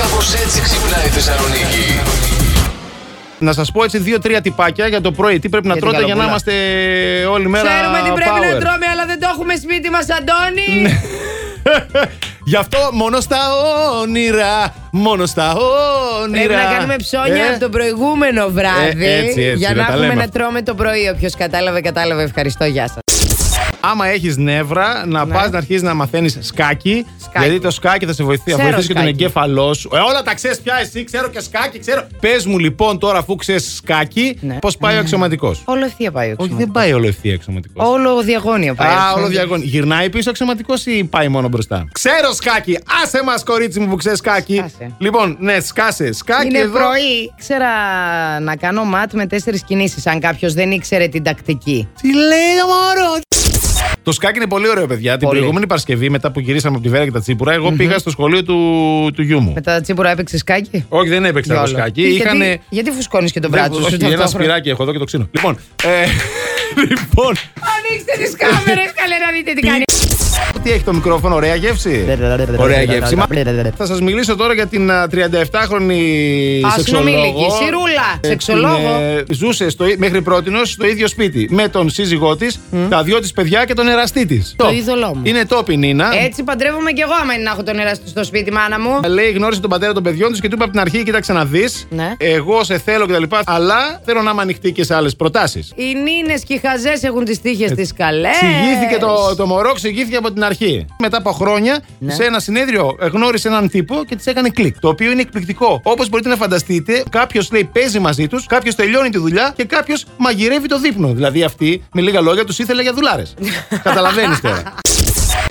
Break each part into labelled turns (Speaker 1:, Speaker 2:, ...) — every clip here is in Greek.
Speaker 1: Κάπως έτσι ξυπνάει η Θεσσαλονίκη.
Speaker 2: Να σας πω έτσι δύο-τρία τυπάκια για το πρωί. Τι πρέπει να
Speaker 3: Για την
Speaker 2: τρώτε για να
Speaker 3: καλοπούλα.
Speaker 2: είμαστε όλη μέρα.
Speaker 3: Ξέρουμε τι πρέπει
Speaker 2: power. Ναι,
Speaker 3: να τρώμε, αλλά δεν το έχουμε σπίτι μας, Αντώνη.
Speaker 2: Γι' αυτό μόνο στα όνειρα. Μόνο στα όνειρα.
Speaker 3: Πρέπει να κάνουμε ψώνια
Speaker 2: ναι, Ε,
Speaker 3: από το προηγούμενο βράδυ.
Speaker 2: Ε, έτσι, έτσι,
Speaker 3: για
Speaker 2: ρε,
Speaker 3: να
Speaker 2: τα
Speaker 3: έχουμε
Speaker 2: λέμε
Speaker 3: να
Speaker 2: αυτά.
Speaker 3: τρώμε το πρωί. Όποιος κατάλαβε, κατάλαβε. Ευχαριστώ. Γεια σας.
Speaker 2: Άμα έχεις νεύρα, να
Speaker 3: Ναι.
Speaker 2: πας πα να αρχίσεις να μαθαίνεις σκάκι,
Speaker 3: Σκάκι.
Speaker 2: Γιατί το σκάκι θα σε βοηθήσει. Θα
Speaker 3: Ξέρω
Speaker 2: βοηθήσει και τον
Speaker 3: σκάκι.
Speaker 2: εγκέφαλός σου. Ε, όλα τα ξέρεις πια εσύ, ξέρω και σκάκι, ξέρω. Πες μου λοιπόν τώρα, αφού ξέρεις σκάκι,
Speaker 3: Ναι.
Speaker 2: πώς πάει ο αξιωματικός.
Speaker 3: Όλο ευθεία πάει ο
Speaker 2: Όχι,
Speaker 3: ξύμος.
Speaker 2: δεν πάει όλο ευθεία αξιωματικός.
Speaker 3: Όλο διαγώνιο πάει.
Speaker 2: Α, όλο διαγώνιο. Γυρνάει πίσω ο αξιωματικός ή πάει μόνο μπροστά. Ξέρω σκάκι. Άσε μας, κορίτσι μου που ξέρεις σκάκι.
Speaker 3: Σκάσε.
Speaker 2: Λοιπόν, ναι, σκάσε. Σκάκι
Speaker 3: Είναι
Speaker 2: εδώ.
Speaker 3: πρωί. Ξέρα να κάνω ματ με τέσσερις κινήσεις, αν κάποιος δεν ήξερε την τακτική.
Speaker 2: Τι λέει το μωρός. Το σκάκι είναι πολύ ωραίο, παιδιά. Την
Speaker 3: Πολύ.
Speaker 2: προηγούμενη Παρασκευή, μετά που γυρίσαμε από τη Βέρα και τα Τσίπουρα, εγώ πήγα στο σχολείο του, του γιού μου.
Speaker 3: Με τα τσίπουρα έπαιξε σκάκι.
Speaker 2: Όχι, δεν έπαιξα εγώ
Speaker 3: Γιόλο.
Speaker 2: σκάκι.
Speaker 3: Γιατί-
Speaker 2: Είχανε.
Speaker 3: Γιατί φουσκώνεις και τον
Speaker 2: Δεν-
Speaker 3: μπράτσο
Speaker 2: όχι,
Speaker 3: σου
Speaker 2: ένα
Speaker 3: ταυτόχρονα.
Speaker 2: σπυράκι έχω εδώ και το ξύνω. Λοιπόν. Ε, λοιπόν.
Speaker 3: Ανοίξτε τις κάμερες, καλέ να δείτε τι κάνει.
Speaker 2: Τι έχει το μικρόφωνο, ωραία γεύση. Ωραία γεύση. Μα- Θα σας μιλήσω τώρα για την α, 37χρονη
Speaker 3: Ασυνομήλικη,
Speaker 2: σεξολόγο.
Speaker 3: σιρούλα,
Speaker 2: Ε,
Speaker 3: σεξολόγο.
Speaker 2: την, ε, Ζούσε στο, μέχρι πρώτη στο ίδιο σπίτι με τον σύζυγό της, τα δυο της παιδιά και τον εραστή της.
Speaker 3: Το είδωλό μου. Ε-
Speaker 2: Είναι τόπι Νίνα.
Speaker 3: Έτσι παντρεύομαι κι εγώ άμα είναι να έχω τον εραστή στο σπίτι, μάνα μου.
Speaker 2: Λέει, γνώρισε τον πατέρα των παιδιών της και του είπε από την αρχή: Κοίταξε να δεις.
Speaker 3: Ναι.
Speaker 2: Εγώ σε θέλω κτλ. Αλλά θέλω να είμαι ανοιχτή και σε άλλες προτάσεις.
Speaker 3: Οι νίνες και οι χαζές έχουν τις τύχες τις καλές.
Speaker 2: Ξηγήθηκε Ε, το, το μωρό, ξηγήθηκε από την αρχή. Μετά από χρόνια, σε ένα συνέδριο ε, γνώρισε έναν τύπο και της έκανε κλικ. Το οποίο είναι εκπληκτικό. Όπως μπορείτε να φανταστείτε, κάποιος λέει παίζει μαζί τους, κάποιος τελειώνει τη δουλειά και κάποιος μαγειρεύει το δείπνο. Δηλαδή αυτή, με λίγα λόγια, τους ήθελε για δουλάρες. Καταλαβαίνεις τώρα.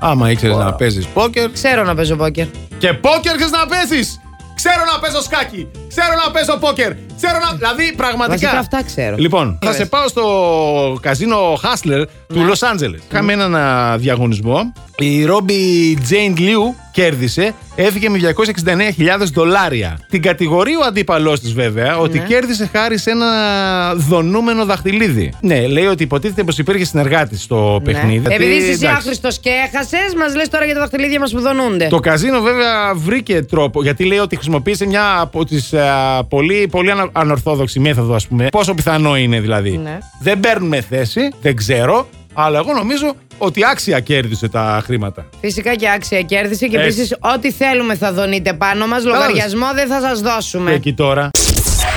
Speaker 2: Άμα ήξερες να παίζεις πόκερ.
Speaker 3: Ξέρω να παίζω πόκερ.
Speaker 2: Και πόκερ ξέρει να παίζει! Ξέρω να παίζω σκάκι! Ξέρω να παίζω πόκερ! Ξέρω να. Δηλαδή πραγματικά.
Speaker 3: Βασικά αυτά ξέρω.
Speaker 2: Λοιπόν, θα
Speaker 3: Ωραία.
Speaker 2: σε πάω στο καζίνο Hustler του
Speaker 3: Ναι.
Speaker 2: Λο Άντζελε. Είχαμε έναν α, διαγωνισμό. Η Ρόμπι Τζέιν Λιού κέρδισε. Έφυγε με 269.000 δολάρια. Την κατηγορεί ο αντίπαλός της, βέβαια, ότι
Speaker 3: Ναι.
Speaker 2: κέρδισε χάρη σε ένα δονούμενο δαχτυλίδι. Ναι, λέει ότι υποτίθεται πως υπήρχε συνεργάτη στο
Speaker 3: Ναι.
Speaker 2: παιχνίδι. Γιατί,
Speaker 3: Επειδή είσαι εσύ
Speaker 2: εντάξει.
Speaker 3: άχρηστος και έχασες, μας λες τώρα για τα δαχτυλίδια μας που δονούνται.
Speaker 2: Το καζίνο βέβαια βρήκε τρόπο, γιατί λέει ότι χρησιμοποίησε μια από τις πολύ, πολύ ανα- ανορθόδοξη μέθοδο, ας πούμε. Πόσο πιθανό είναι δηλαδή.
Speaker 3: Ναι.
Speaker 2: Δεν παίρνουμε θέση, δεν ξέρω, αλλά εγώ νομίζω ότι άξια κέρδισε τα χρήματα.
Speaker 3: Φυσικά και άξια κέρδισε και
Speaker 2: Έτσι.
Speaker 3: επίση ό,τι θέλουμε θα δονείτε πάνω μας. Λογαριασμό δεν θα σας
Speaker 2: Και
Speaker 3: δώσουμε.
Speaker 2: εκεί τώρα.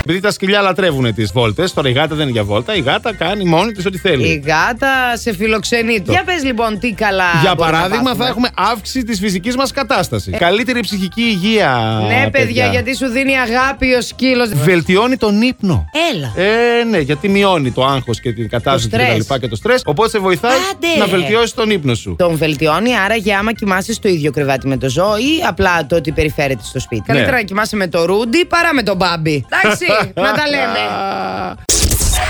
Speaker 2: Επειδή τα σκυλιά λατρεύουν τις βόλτες, τώρα η γάτα δεν είναι για βόλτα, η γάτα κάνει μόνη της ό,τι θέλει.
Speaker 3: Η γάτα σε φιλοξενεί. Για πες λοιπόν τι καλά.
Speaker 2: Για
Speaker 3: μπορούμε να
Speaker 2: παράδειγμα, θα
Speaker 3: πάθουμε. Ε.
Speaker 2: έχουμε αύξηση της φυσικής μας κατάστασης. Καλύτερη ψυχική υγεία.
Speaker 3: Ναι, παιδιά, γιατί σου δίνει αγάπη ο σκύλος.
Speaker 2: Βελτιώνει τον ύπνο.
Speaker 3: Έλα.
Speaker 2: Ε, ναι, γιατί μειώνει το άγχος και την κατάσταση
Speaker 3: Το
Speaker 2: και τα
Speaker 3: στρες.
Speaker 2: λοιπά και το στρε. Οπότε σε βοηθάει
Speaker 3: Άντε.
Speaker 2: να βελτιώσεις τον ύπνο σου.
Speaker 3: Τον βελτιώνει, άρα για άμα κοιμάσαι στο ίδιο κρεβάτι με το ζώο ή απλά το ότι περιφέρεται στο σπίτι.
Speaker 2: Ναι.
Speaker 3: Καλύτερα να κοιμάσαι με το ρούντι παρά με τον μπάμπι. Εντάξει, να τα λέμε.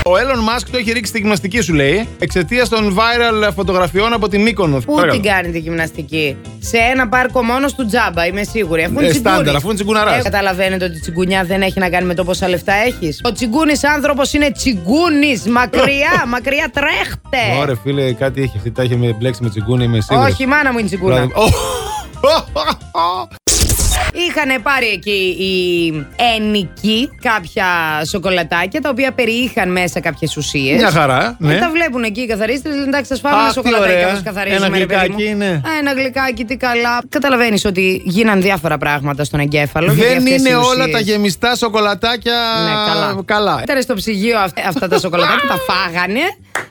Speaker 2: Ο Elon Musk το έχει ρίξει στη γυμναστική σου, λέει, εξαιτίας των viral φωτογραφιών από την Μύκονο.
Speaker 3: Πού την κάνει τη γυμναστική. Σε ένα πάρκο μόνος του τζάμπα, είμαι σίγουρη. Αφού είναι
Speaker 2: Ε,
Speaker 3: τσιγκούνης.
Speaker 2: στάνταρ, αφού είναι τσιγκουναράς.
Speaker 3: Ε, καταλαβαίνετε ότι η τσιγκουνιά δεν έχει να κάνει με το πόσα λεφτά έχεις. Ο τσιγκούνης άνθρωπος είναι τσιγκούνης. Μακριά, μακριά τρέχτε.
Speaker 2: Ωραία, φίλε, κάτι έχει αυτή. Τα έχει με μπλέξει με τσιγκούνι, είμαι σίγουρος.
Speaker 3: ε. Όχι, η μάνα μου είναι τσιγκούνα.
Speaker 2: Δηλαδή, Ω,
Speaker 3: Είχαν πάρει εκεί οι ενικοί κάποια σοκολατάκια τα οποία περιείχαν μέσα κάποιες ουσίες.
Speaker 2: Μια χαρά,
Speaker 3: Δεν
Speaker 2: ναι.
Speaker 3: τα βλέπουν εκεί οι καθαρίστρες. Λένε εντάξει, θα φάμε
Speaker 2: Αχ,
Speaker 3: ένα
Speaker 2: τι
Speaker 3: σοκολατάκι
Speaker 2: ωραία.
Speaker 3: όπως καθαρίζουμε.
Speaker 2: Ένα
Speaker 3: ρε παιδί μου».
Speaker 2: γλυκάκι, ναι.
Speaker 3: Α, ένα γλυκάκι, τι καλά. Καταλαβαίνεις ότι γίναν διάφορα πράγματα στον εγκέφαλο. γιατί
Speaker 2: Δεν
Speaker 3: αυτές οι
Speaker 2: είναι όλα
Speaker 3: ουσίες-
Speaker 2: τα γεμιστά σοκολατάκια
Speaker 3: Ναι, καλά.
Speaker 2: καλά.
Speaker 3: Ήταν στο ψυγείο αυ- αυτά τα σοκολατάκια, τα φάγανε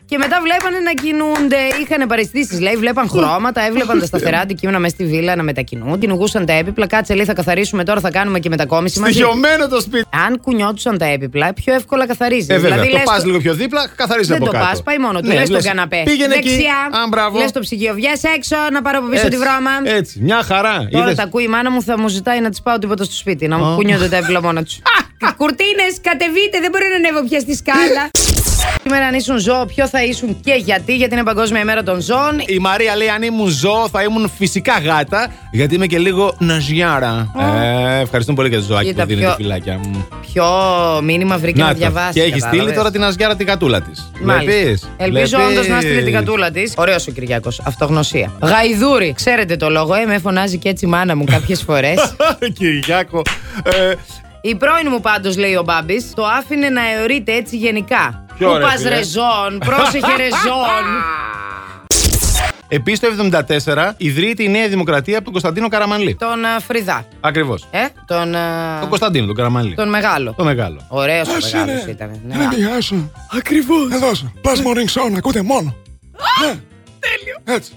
Speaker 3: και μετά βλέπανε να κινούνται. Είχαν παρεστήσεις, λέει, βλέπαν χρώματα, έβλεπαν τα σταθερά αντικείμενα μέσα στη βίλα να μετακινούν. Κυνηγούσαν τα έπιπλα. Κάτσε, λέει, θα καθαρίσουμε τώρα, θα κάνουμε και μετακόμιση μαζί.
Speaker 2: Στοιχειωμένο το σπίτι.
Speaker 3: Αν κουνιόντουσαν τα έπιπλα, πιο εύκολα καθαρίζει. Δηλαδή
Speaker 2: Ε, βέβαια. το
Speaker 3: λες
Speaker 2: πας
Speaker 3: το-
Speaker 2: λίγο πιο δίπλα, καθαρίζεις
Speaker 3: δεν
Speaker 2: από
Speaker 3: το
Speaker 2: κάτω.
Speaker 3: πας, πάει μόνο του.
Speaker 2: Ναι,
Speaker 3: λες τον
Speaker 2: λες,
Speaker 3: καναπέ.
Speaker 2: Πήγαινε εκεί.
Speaker 3: Δεξιά.
Speaker 2: Α, μπράβο.
Speaker 3: Λες το ψυγείο, βγες έξω να πάρω από πίσω τη βρώμα.
Speaker 2: Έτσι, μια χαρά.
Speaker 3: Τώρα
Speaker 2: Είδες.
Speaker 3: τα ακούει η μάνα μου, θα μου ζητάει να της πάω τίποτα στο σπίτι, να
Speaker 2: Α.
Speaker 3: μου κουνιούνται τα έπιπλα μόνα τους. Κουρτίνες, κατεβείτε, δεν μπορώ να ανέβω πια στη σκάλα. Σήμερα αν ήσουν ζώο, ποιο θα ήσουν και γιατί, γιατί είναι Παγκόσμια ημέρα των ζώων.
Speaker 2: Η Μαρία λέει: Αν ήμουν ζώο, θα ήμουν φυσικά γάτα, γιατί είμαι και λίγο ναζιάρα. Ε, ευχαριστούμε πολύ για το ζωάκι
Speaker 3: Κοίτα,
Speaker 2: που δίνετε
Speaker 3: πιο-
Speaker 2: φυλάκια μου.
Speaker 3: Ποιο μήνυμα βρήκε να,
Speaker 2: το.
Speaker 3: διαβάσει.
Speaker 2: Και έχει στείλει
Speaker 3: κατάλαβες.
Speaker 2: τώρα την ναζιάρα την κατούλα της.
Speaker 3: Μάλιστα. Ελπίζω όντως να στείλει την κατούλα της. Ωραίος ο Κυριακό. Αυτογνωσία. Γαϊδούρι. Ξέρετε το λόγο, ε, με φωνάζει και έτσι η μάνα μου κάποιες φορές.
Speaker 2: Κυριάκο, Ε,
Speaker 3: Η πρώην μου πάντως, λέει ο Μπάμπης, το άφηνε να αιωρείται έτσι γενικά.
Speaker 2: Ποιο,
Speaker 3: Πού
Speaker 2: ρε,
Speaker 3: πας
Speaker 2: φίλε?
Speaker 3: ρεζόν, πρόσεχε ρεζόν.
Speaker 2: Επίση το 1974 ιδρύεται η Νέα Δημοκρατία από τον Κωνσταντίνο Καραμανλή.
Speaker 3: τον ε, Φρυδά.
Speaker 2: Ακριβώς.
Speaker 3: Ε, τον. ε,
Speaker 2: Τον Κωνσταντίνο, τον Καραμανλή.
Speaker 3: τον μεγάλο.
Speaker 2: Το μεγάλο.
Speaker 3: Ωραίος ο
Speaker 4: Ας
Speaker 3: μεγάλο
Speaker 4: είναι.
Speaker 3: ήταν. ναι.
Speaker 4: Δεν πειράζει. Ακριβώ. Εδώ σου. Πας morning show να ακούτε μόνο. Τέλειο. Έτσι.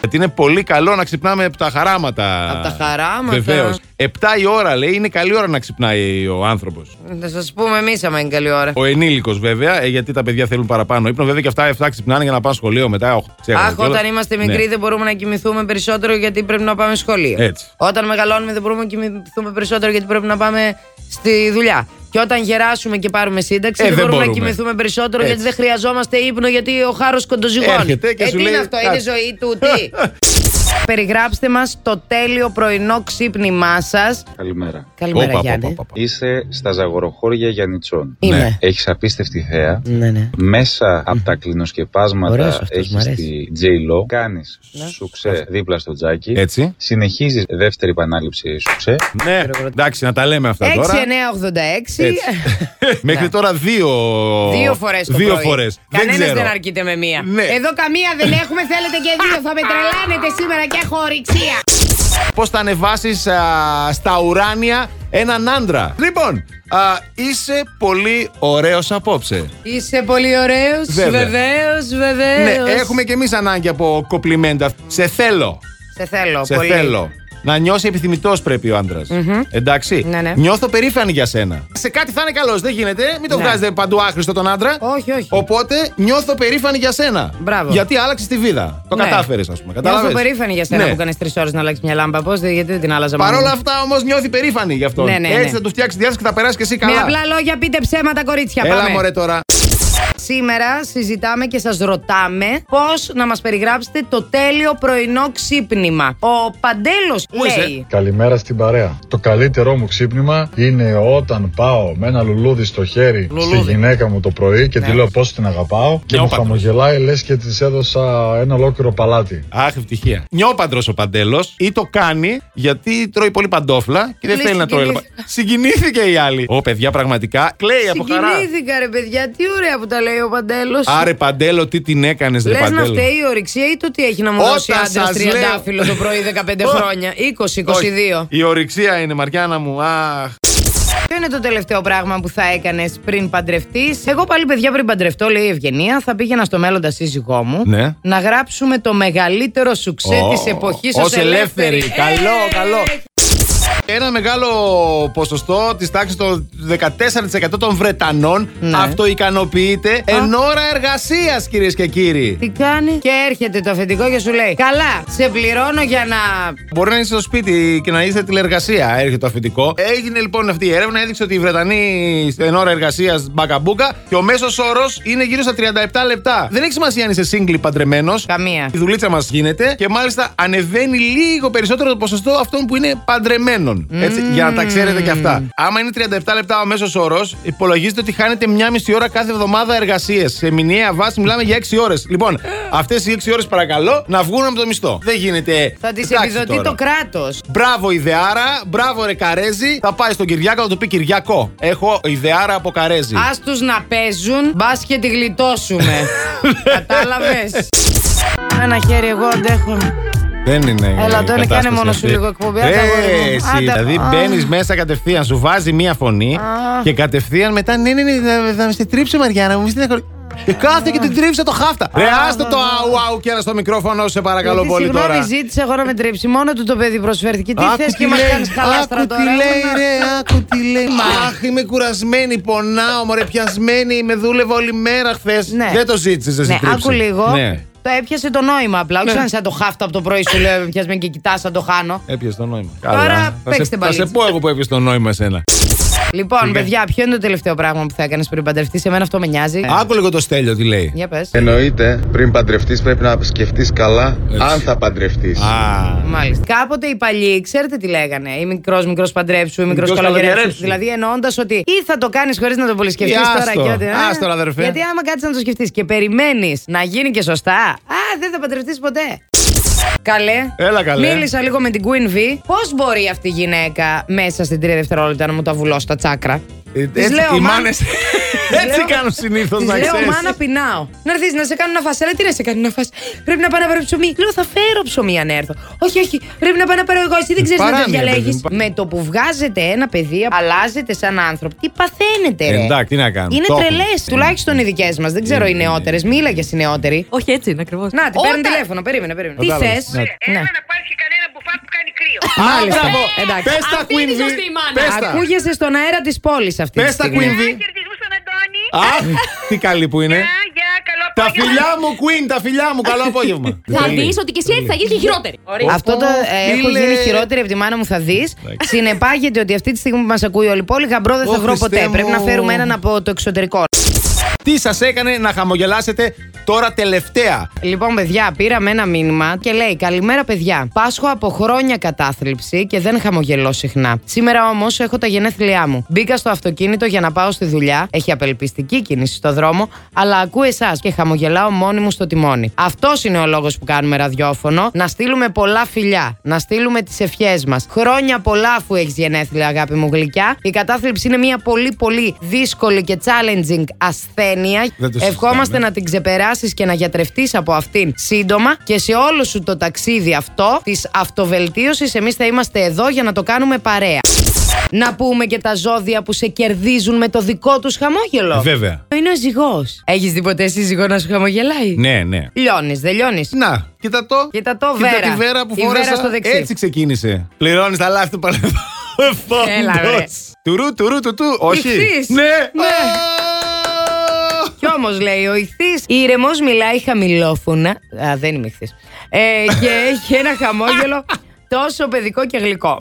Speaker 2: Γιατί είναι πολύ καλό να ξυπνάμε από τα χαράματα.
Speaker 3: Απ' τα χαράματα.
Speaker 2: Βεβαίως. 7 η ώρα λέει είναι καλή ώρα να ξυπνάει ο άνθρωπος.
Speaker 3: Θα σας πούμε εμείς άμα είναι καλή ώρα.
Speaker 2: Ο ενήλικος βέβαια, ε, γιατί τα παιδιά θέλουν παραπάνω ύπνο. Βέβαια και αυτά 7 ξυπνάνε για να πάνε σχολείο μετά. οχ, ξέρετε
Speaker 3: Αχ,
Speaker 2: κιόλας.
Speaker 3: όταν είμαστε μικροί
Speaker 2: Ναι.
Speaker 3: δεν μπορούμε να κοιμηθούμε περισσότερο γιατί πρέπει να πάμε σχολείο.
Speaker 2: Έτσι.
Speaker 3: Όταν μεγαλώνουμε δεν μπορούμε να κοιμηθούμε περισσότερο γιατί πρέπει να πάμε στη δουλειά. Και όταν γεράσουμε και πάρουμε σύνταξη,
Speaker 2: Ε,
Speaker 3: δεν,
Speaker 2: δεν
Speaker 3: μπορούμε, να
Speaker 2: μπορούμε.
Speaker 3: κοιμηθούμε περισσότερο
Speaker 2: Έτσι.
Speaker 3: γιατί δεν χρειαζόμαστε ύπνο γιατί ο χάρος κοντοζυγώνει.
Speaker 2: Έρχεται και
Speaker 3: ε,
Speaker 2: σου
Speaker 3: τι είναι
Speaker 2: λέει,
Speaker 3: αυτό, είναι
Speaker 2: κάτσε.
Speaker 3: ζωή του, τι. Περιγράψτε μας το τέλειο πρωινό ξύπνημά σας.
Speaker 5: Καλημέρα.
Speaker 3: Καλημέρα,
Speaker 2: Όπα, όπα,
Speaker 3: Γιάννη.
Speaker 2: όπα, όπα.
Speaker 5: Είσαι στα ζαγοροχώρια Γιαννητσών.
Speaker 3: Είμαι.
Speaker 5: Έχεις απίστευτη θέα.
Speaker 3: Ναι, ναι.
Speaker 5: Μέσα από τα κλινοσκεπάσματα
Speaker 3: Ωραίος αυτός, μ'
Speaker 5: έχεις
Speaker 3: αρέσει. Ναι.
Speaker 5: τη J-Lo. Κάνεις σουξέ δίπλα στο τζάκι.
Speaker 2: Έτσι.
Speaker 5: Συνεχίζεις δεύτερη επανάληψη σουξέ.
Speaker 2: Ναι, εντάξει, να τα λέμε αυτά τώρα.
Speaker 3: 6986.
Speaker 2: Έτσι. Μέχρι τώρα δύο.
Speaker 3: Ναι. Δύο φορές το
Speaker 2: δύο
Speaker 3: πρωί.
Speaker 2: φορές. Δεν
Speaker 3: Κανένας
Speaker 2: ξέρω.
Speaker 3: δεν αρκείται με μία.
Speaker 2: Ναι.
Speaker 3: Εδώ καμία δεν έχουμε, θέλετε και δύο. Θα με τρελάνετε σήμερα και έχω ορυξία.
Speaker 2: Πώς θα ανεβάσεις στα ουράνια έναν άντρα. Λοιπόν, α, είσαι πολύ ωραίος απόψε.
Speaker 3: Είσαι πολύ ωραίος.
Speaker 2: Βέβαια.
Speaker 3: Βεβαίως,
Speaker 2: Ναι,
Speaker 3: βεβαίω.
Speaker 2: έχουμε κι εμείς ανάγκη από κοπλιμέντα. Σε θέλω.
Speaker 3: Σε θέλω,
Speaker 2: σε
Speaker 3: πολύ.
Speaker 2: θέλω. Να νιώσει επιθυμητός πρέπει ο αντρα Εντάξει.
Speaker 3: Ναι, ναι.
Speaker 2: Νιώθω περήφανη για σένα. Σε κάτι θα είναι καλός, δεν γίνεται. Μην το
Speaker 3: Ναι.
Speaker 2: βγάζετε παντού άχρηστο τον άντρα.
Speaker 3: Όχι, όχι.
Speaker 2: Οπότε νιώθω περήφανη για σένα.
Speaker 3: Μπράβο.
Speaker 2: Γιατί άλλαξες τη βίδα. Το
Speaker 3: Ναι.
Speaker 2: κατάφερες, ας πούμε. Κατάλαβες?
Speaker 3: Νιώθω περήφανη για σένα
Speaker 2: Ναι.
Speaker 3: που κάνει τρεις ώρες να αλλάξει μια λάμπα. Πώς, γιατί δεν την άλλαζα
Speaker 2: Παρ'
Speaker 3: μόνη
Speaker 2: όλα
Speaker 3: μου.
Speaker 2: αυτά όμως νιώθει περήφανη γι' αυτό.
Speaker 3: Ναι, ναι,
Speaker 2: Έτσι
Speaker 3: ναι.
Speaker 2: θα του φτιάξεις τη διάθεση και θα περάσεις και εσύ καλά.
Speaker 3: Με απλά λόγια πείτε ψέματα, κορίτσια.
Speaker 2: Έλα
Speaker 3: Πάμε.
Speaker 2: μωρέ τώρα.
Speaker 3: Σήμερα συζητάμε και σας ρωτάμε πώς να μας περιγράψετε το τέλειο πρωινό ξύπνημα. Ο Παντέλος
Speaker 2: Πού είσαι?
Speaker 3: λέει...
Speaker 6: Καλημέρα στην παρέα. Το καλύτερό μου ξύπνημα είναι όταν πάω με ένα λουλούδι στο χέρι
Speaker 3: Λουλούδι.
Speaker 6: στη γυναίκα μου το πρωί και τη λέω πόσο την αγαπάω και μου
Speaker 2: Νεόπαντρος.
Speaker 6: χαμογελάει λες και της έδωσα ένα ολόκληρο παλάτι.
Speaker 2: Αχ, ευτυχία. Νιόπαντρο ο Παντέλος ή το κάνει γιατί τρώει πολύ παντόφλα και δεν
Speaker 3: Λέει,
Speaker 2: θέλει να τρώει.
Speaker 3: συγκινήθηκα.
Speaker 2: λαπα- Συγκινήθηκε η άλλη. Ω, παιδιά, πραγματικά κλαίει από χαρά.
Speaker 3: Συγκινήθηκα ρε παιδιά, τι ωραία που τα λέει ο Παντέλος.
Speaker 2: Άρε Παντέλο, τι την έκανες, ρε
Speaker 3: Λες να
Speaker 2: Παντέλο.
Speaker 3: φταίει η ορυξία ή το τι έχει να μου
Speaker 2: Όταν
Speaker 3: δώσει άντρας
Speaker 2: σας λέω-
Speaker 3: τριαντάφυλλο το πρωί 15 χρόνια, 20-22.
Speaker 2: Όχι, Η ορυξία είναι, Μαριάννα μου. Αχ.
Speaker 3: Ποιο είναι το τελευταίο πράγμα που θα έκανες πριν παντρευτείς. Εγώ πάλι, παιδιά, πριν παντρευτώ, λέει η Ευγενία, θα πήγαινα στο μέλλοντα σύζυγό μου
Speaker 2: Ναι.
Speaker 3: να γράψουμε το μεγαλύτερο σουξέ
Speaker 2: Ω,
Speaker 3: της εποχής
Speaker 2: ως ελεύθερη.
Speaker 3: Ε,
Speaker 2: Καλό, καλό. Ένα μεγάλο ποσοστό της τάξης των 14% των Βρετανών
Speaker 3: Ναι.
Speaker 2: αυτοικανοποιείται εν ώρα εργασίας, κυρίες και κύριοι.
Speaker 3: Τι κάνει. Και έρχεται το αφεντικό και σου λέει: Καλά, σε πληρώνω για να.
Speaker 2: Μπορεί να είσαι στο σπίτι και να είσαι τηλεργασία, έρχεται το αφεντικό. Έγινε λοιπόν αυτή η έρευνα, έδειξε ότι οι Βρετανοί εν ώρα εργασίας μπακαμπούκα και ο μέσος όρος είναι γύρω στα 37 λεπτά. Δεν έχει σημασία αν είσαι σύγκλι παντρεμένος.
Speaker 3: Καμία.
Speaker 2: Η δουλίτσα μας γίνεται και μάλιστα ανεβαίνει λίγο περισσότερο το ποσοστό αυτών που είναι παντρεμένων. Έτσι, για να τα ξέρετε και αυτά. Άμα είναι 37 λεπτά ο μέσος όρος, υπολογίζεται ότι χάνετε μία μισή ώρα κάθε εβδομάδα εργασίες. Σε μηνιαία βάση μιλάμε για 6 ώρες. Λοιπόν, αυτές οι 6 ώρες παρακαλώ να βγουν από το μισθό. Δεν γίνεται.
Speaker 3: Θα τη
Speaker 2: Εντάξει
Speaker 3: επιδοτεί
Speaker 2: τώρα.
Speaker 3: το κράτος.
Speaker 2: Μπράβο Ιδεάρα, μπράβο ρε Καρέζη. Θα πάει στον Κυριάκο, θα του πει Κυριακό. Έχω Ιδεάρα από Καρέζη.
Speaker 3: Ας τους να παίζουν, μπα και τη γλιτώσουμε. Κατάλαβες. Ένα χέρι εγώ αντέχω.
Speaker 2: Δεν είναι.
Speaker 3: Έλα, Αντώνη,
Speaker 2: η κατάσταση
Speaker 3: κάνε μόνος
Speaker 2: αυτή.
Speaker 3: σου λίγο εκπομπή, άντε,
Speaker 2: Ε,
Speaker 3: αγόρι μου.
Speaker 2: εσύ,
Speaker 3: Άντε,
Speaker 2: δηλαδή
Speaker 3: α.
Speaker 2: μπαίνεις μέσα κατευθείαν, σου βάζει μία φωνή και κατευθείαν μετά ναι, ναι, ναι, θα, θα με στη τρίψω, Μαριάννα μου, μη στεναχωρεί. Και κάθε και την τρίψα το χάφτα. Ρε, άστο το αου αου και ένα στο μικρόφωνο, σε παρακαλώ
Speaker 3: Γιατί,
Speaker 2: πολύ
Speaker 3: συγγνώμη,
Speaker 2: τώρα.
Speaker 3: ζήτησε εγώ να με τρέψει. Μόνο του το παιδί προσφέρθηκε. Τι
Speaker 2: Άκου
Speaker 3: θες και μας
Speaker 2: λέει,
Speaker 3: κάνεις καλά
Speaker 2: Άκου
Speaker 3: στρατό.
Speaker 2: τι λέει, ρε, άκου τι λέει. Αχ, είμαι κουρασμένη, πονάω, μωρέ, πιασμένη, με δούλευε όλη μέρα χθες.
Speaker 3: Ναι.
Speaker 2: Δεν το ζήτησες, εσύ
Speaker 3: Ναι,
Speaker 2: τρίψε.
Speaker 3: άκου λίγο.
Speaker 2: Ναι,
Speaker 3: Το έπιασε το νόημα απλά. Όχι σαν σαν το χάφτα από το πρωί σου λέω πιασμένη και κοιτάς, σαν το χάνω.
Speaker 2: έπιασε το νόημα.
Speaker 3: Τώρα
Speaker 2: Καλά. Θα σε-
Speaker 3: παίξτε
Speaker 2: Θα σε
Speaker 3: μπαλίτσα.
Speaker 2: πω εγώ που έπιασε το νόημα εσένα. Ναι.
Speaker 3: Λοιπόν, παιδιά, ποιο είναι το τελευταίο πράγμα που θα έκανες πριν παντρευτείς. Εμένα αυτό με νοιάζει.
Speaker 2: Άκου λίγο το στέλιο τι λέει.
Speaker 3: Για πες.
Speaker 7: Εννοείται, πριν παντρευτείς πρέπει να σκεφτείς καλά αν θα παντρευτείς.
Speaker 2: Α.
Speaker 3: Μάλιστα. Κάποτε οι παλιοί, ξέρετε τι λέγανε. Ή μικρός, μικρός παντρέψου, ή μικρός
Speaker 2: Μικρός
Speaker 3: καλογερέψου.
Speaker 2: καλογερέψου.
Speaker 3: Δηλαδή εννοώντας ότι ή θα το κάνεις χωρίς να το πολύ σκεφτεί
Speaker 2: Ή
Speaker 3: τώρα
Speaker 2: άστο.
Speaker 3: και ότι. α,
Speaker 2: Άστο, ρε, αδερφέ.
Speaker 3: Γιατί άμα κάτσεις να το σκεφτείς και περιμένεις να γίνει και σωστά, α, δεν θα παντρευτείς ποτέ. Καλέ.
Speaker 2: Έλα, καλέ.
Speaker 3: Μίλησα λίγο με την Queen V. Πώς μπορεί αυτή η γυναίκα μέσα στην τρία δευτερόλεπτα να μου τα βουλώσει τα τσάκρα.
Speaker 2: Ε,
Speaker 3: Της
Speaker 2: έτσι,
Speaker 3: λέω,
Speaker 2: οι
Speaker 3: «Μα-
Speaker 2: μάνες
Speaker 3: Της
Speaker 2: έτσι
Speaker 3: λέω-
Speaker 2: κάνουν συνήθως
Speaker 3: Της
Speaker 2: να
Speaker 3: λέω,
Speaker 2: ξέρεις.
Speaker 3: μάνα πεινάω. Να έρθεις να σε κάνω να φας. Έλα, τι να σε κάνω να φας. Πρέπει να πάω να πάρω ψωμί. Λέω, θα φέρω ψωμί αν έρθω. Όχι, όχι. Πρέπει να πάω να πάρω εγώ. Εσύ δεν ξέρεις να το
Speaker 2: Παράνοια, παιδί
Speaker 3: διαλέγεις.
Speaker 2: μου, πα-
Speaker 3: Με το που βγάζετε ένα παιδί, αλλάζετε σαν άνθρωπο. Τι παθαίνετε, ρε.
Speaker 2: Εντάξει, τι να κάνουμε.
Speaker 3: Είναι
Speaker 2: Το έχουμε.
Speaker 3: τρελές. Τουλάχιστον οι δικές μας. Δεν ξέρω οι νεότερες. Μίλα για οι νεότεροι.
Speaker 8: Όχι έτσι είναι ακριβώς.
Speaker 3: Να, την παίρνει τηλέφωνο. Περίμενε, περίμενε. Τι Ναι.
Speaker 2: Κατάλαβες.
Speaker 3: θε.
Speaker 9: Έλα να πάρει και κανένα μπουφά που κάνει κρύο.
Speaker 2: Α,
Speaker 3: Μάλιστα.
Speaker 2: μπράβο.
Speaker 3: Εντάξει.
Speaker 2: Πες τα
Speaker 8: Αυτή είναι η
Speaker 2: Queen
Speaker 8: σωστή η μάνα.
Speaker 2: V. Πες τα.
Speaker 3: Ακούγεσαι στον αέρα της πόλης αυτή. τη
Speaker 2: Πες τα
Speaker 3: στιγμή.
Speaker 2: Queen V.
Speaker 9: Ένα χαιρετισμό στον Αντώνη.
Speaker 2: Α, τι καλή που είναι.
Speaker 9: Γεια, γεια, καλό
Speaker 2: Τα
Speaker 9: απόγευμα.
Speaker 2: φιλιά μου, Queen, τα φιλιά μου. Καλό απόγευμα.
Speaker 8: Θα
Speaker 2: Τέλει.
Speaker 8: δεις ότι και εσύ έτσι θα γίνεις και χειρότερη.
Speaker 3: Αυτό το ε, έχω
Speaker 2: Λοιπόν, φίλε.
Speaker 3: γίνει χειρότερη από τη μάνα μου, θα δεις.
Speaker 2: Εντάξει.
Speaker 3: Συνεπάγεται ότι αυτή τη στιγμή που μας ακούει όλη η πόλη, γαμπρό δεν
Speaker 2: Ω,
Speaker 3: θα βρω
Speaker 2: Χριστέ
Speaker 3: ποτέ.
Speaker 2: μου.
Speaker 3: Πρέπει να φέρουμε έναν από το εξωτερικό.
Speaker 2: Τι σας έκανε να χαμογελάσετε τώρα τελευταία.
Speaker 3: Λοιπόν, παιδιά, πήραμε ένα μήνυμα και λέει: Καλημέρα, παιδιά. Πάσχω από χρόνια κατάθλιψη και δεν χαμογελώ συχνά. Σήμερα όμως έχω τα γενέθλιά μου. Μπήκα στο αυτοκίνητο για να πάω στη δουλειά. Έχει απελπιστική κίνηση στο δρόμο, αλλά ακούω εσάς και χαμογελάω μόνη μου στο τιμόνι. Αυτός είναι ο λόγος που κάνουμε ραδιόφωνο. Να στείλουμε πολλά φιλιά. Να στείλουμε τις ευχές μας. Χρόνια πολλά αφού έχεις γενέθλια, αγάπη μου γλυκιά. Η κατάθλιψη είναι μια πολύ πολύ δύσκολη και challenging ασθένεια.
Speaker 2: Δεν το
Speaker 3: Ευχόμαστε
Speaker 2: συζητάμε.
Speaker 3: να την ξεπεράσεις και να γιατρευτείς από αυτήν σύντομα. Και σε όλο σου το ταξίδι αυτό της αυτοβελτίωσης, εμείς θα είμαστε εδώ για να το κάνουμε παρέα. Να πούμε και τα ζώδια που σε κερδίζουν με το δικό τους χαμόγελο.
Speaker 2: Ε, Βέβαια.
Speaker 3: Είναι ο ζυγός. Έχεις δει ποτέ σύζυγό να σου χαμογελάει.
Speaker 2: Ναι, ναι.
Speaker 3: Λιώνεις, δεν λιώνεις.
Speaker 2: Να, κοίτα το.
Speaker 3: Κοίτα το,
Speaker 2: τη
Speaker 3: Βέρα.
Speaker 2: βέρα που
Speaker 3: Η
Speaker 2: φόρεσα.
Speaker 3: Βέρα στο δεξί.
Speaker 2: Έτσι ξεκίνησε. Πληρώνεις τα λάθη του παρελθόντος.
Speaker 3: Έλα, ρε.
Speaker 2: Τουρού, τουρού, του, του. Όχι.
Speaker 3: Ηχθείς.
Speaker 2: Ναι.
Speaker 3: Ναι.
Speaker 2: Α,
Speaker 3: Κι όμω λέει ο ηχθής, ήρεμο μιλάει χαμηλόφωνα. Α, δεν είμαι ηχθής. και έχει ένα χαμόγελο τόσο παιδικό και γλυκό.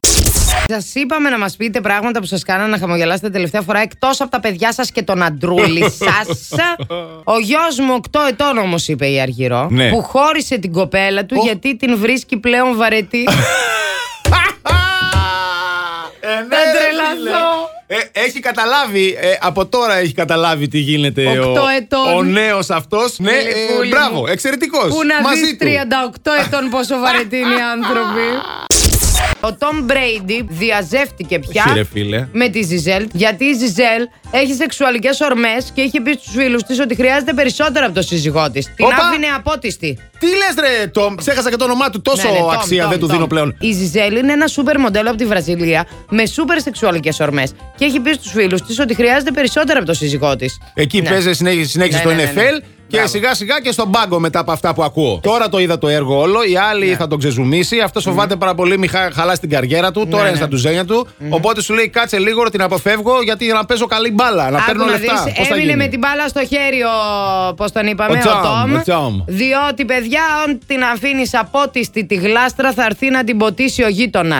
Speaker 3: Σας είπαμε να μας πείτε πράγματα που σας κάνανε να χαμογελάσετε τελευταία φορά εκτός από τα παιδιά σας και τον αντρούλη σας. Ο γιος μου, 8 ετών όμως, είπε η Αργυρό,
Speaker 2: Ναι.
Speaker 3: που χώρισε την κοπέλα του γιατί την βρίσκει πλέον βαρετή.
Speaker 2: Ε, ναι,
Speaker 3: Θα
Speaker 2: ρε,
Speaker 3: τρελαθώ.
Speaker 2: φίλε. Ε, έχει καταλάβει, ε, από τώρα έχει καταλάβει τι γίνεται
Speaker 3: Οκτώ ετών.
Speaker 2: ο, ο νέος αυτός. Ναι, ε,
Speaker 3: Γλυκούλη μου.
Speaker 2: μπράβο, εξαιρετικός.
Speaker 3: Πού να
Speaker 2: Μαζί
Speaker 3: δεις
Speaker 2: του.
Speaker 3: 38 ετών πόσο βαρετοί είναι οι άνθρωποι. Ο Τόμ Μπρέιντι διαζεύτηκε πια
Speaker 2: Όχι, ρε, φίλε.
Speaker 3: με τη Ζιζέλ, γιατί η Ζιζέλ έχει σεξουαλικές ορμές και είχε πει στους φίλους της ότι χρειάζεται περισσότερα από τον σύζυγό της. Την
Speaker 2: Όπα.
Speaker 3: άφηνε απότιστη.
Speaker 2: Τι λες ρε Τόμ, ξέχασα και το όνομά του, τόσο
Speaker 3: Ναι, ναι, Tom,
Speaker 2: αξία
Speaker 3: Tom,
Speaker 2: δεν του
Speaker 3: Tom.
Speaker 2: δίνω πλέον.
Speaker 3: Η Ζιζέλ είναι ένα σούπερ μοντέλο από τη Βραζιλία με σούπερ σεξουαλικές ορμές και έχει πει στους φίλους της ότι χρειάζεται περισσότερα από τον σύζυγό της.
Speaker 2: Εκεί
Speaker 3: Ναι.
Speaker 2: παίζει, συνέχισε, συνέχισε
Speaker 3: Ναι,
Speaker 2: στο
Speaker 3: ναι, ναι,
Speaker 2: NFL
Speaker 3: ναι.
Speaker 2: και
Speaker 3: Μπράβο.
Speaker 2: σιγά σιγά και στον πάγκο μετά από αυτά που ακούω. Τώρα το είδα το έργο όλο, οι άλλοι
Speaker 3: Ναι.
Speaker 2: θα τον ξεζουμίσει, αυτό φοβάται πάρα πολύ, μη χα- χαλάσει την καριέρα
Speaker 3: Ναι,
Speaker 2: του, τώρα είναι στα τουζένια του. Οπότε σου λέει κάτσε λίγο, να την αποφεύγω γιατί να παίζω καλή μπάλα, να
Speaker 3: Άκου
Speaker 2: παίρνω
Speaker 3: να
Speaker 2: λεφτά.
Speaker 3: δεις,
Speaker 2: Πώς θα
Speaker 3: έμεινε
Speaker 2: γίνει?
Speaker 3: με την μπάλα στο χέρι ο. Πώς τον είπαμε,
Speaker 2: Ο
Speaker 3: ο,
Speaker 2: Τόμ,
Speaker 3: Τόμ,
Speaker 2: ο Τόμ.
Speaker 3: Διότι, παιδιά, αν την αφήνεις απότιστη τη γλάστρα, θα έρθει να την ποτίσει ο γείτονας.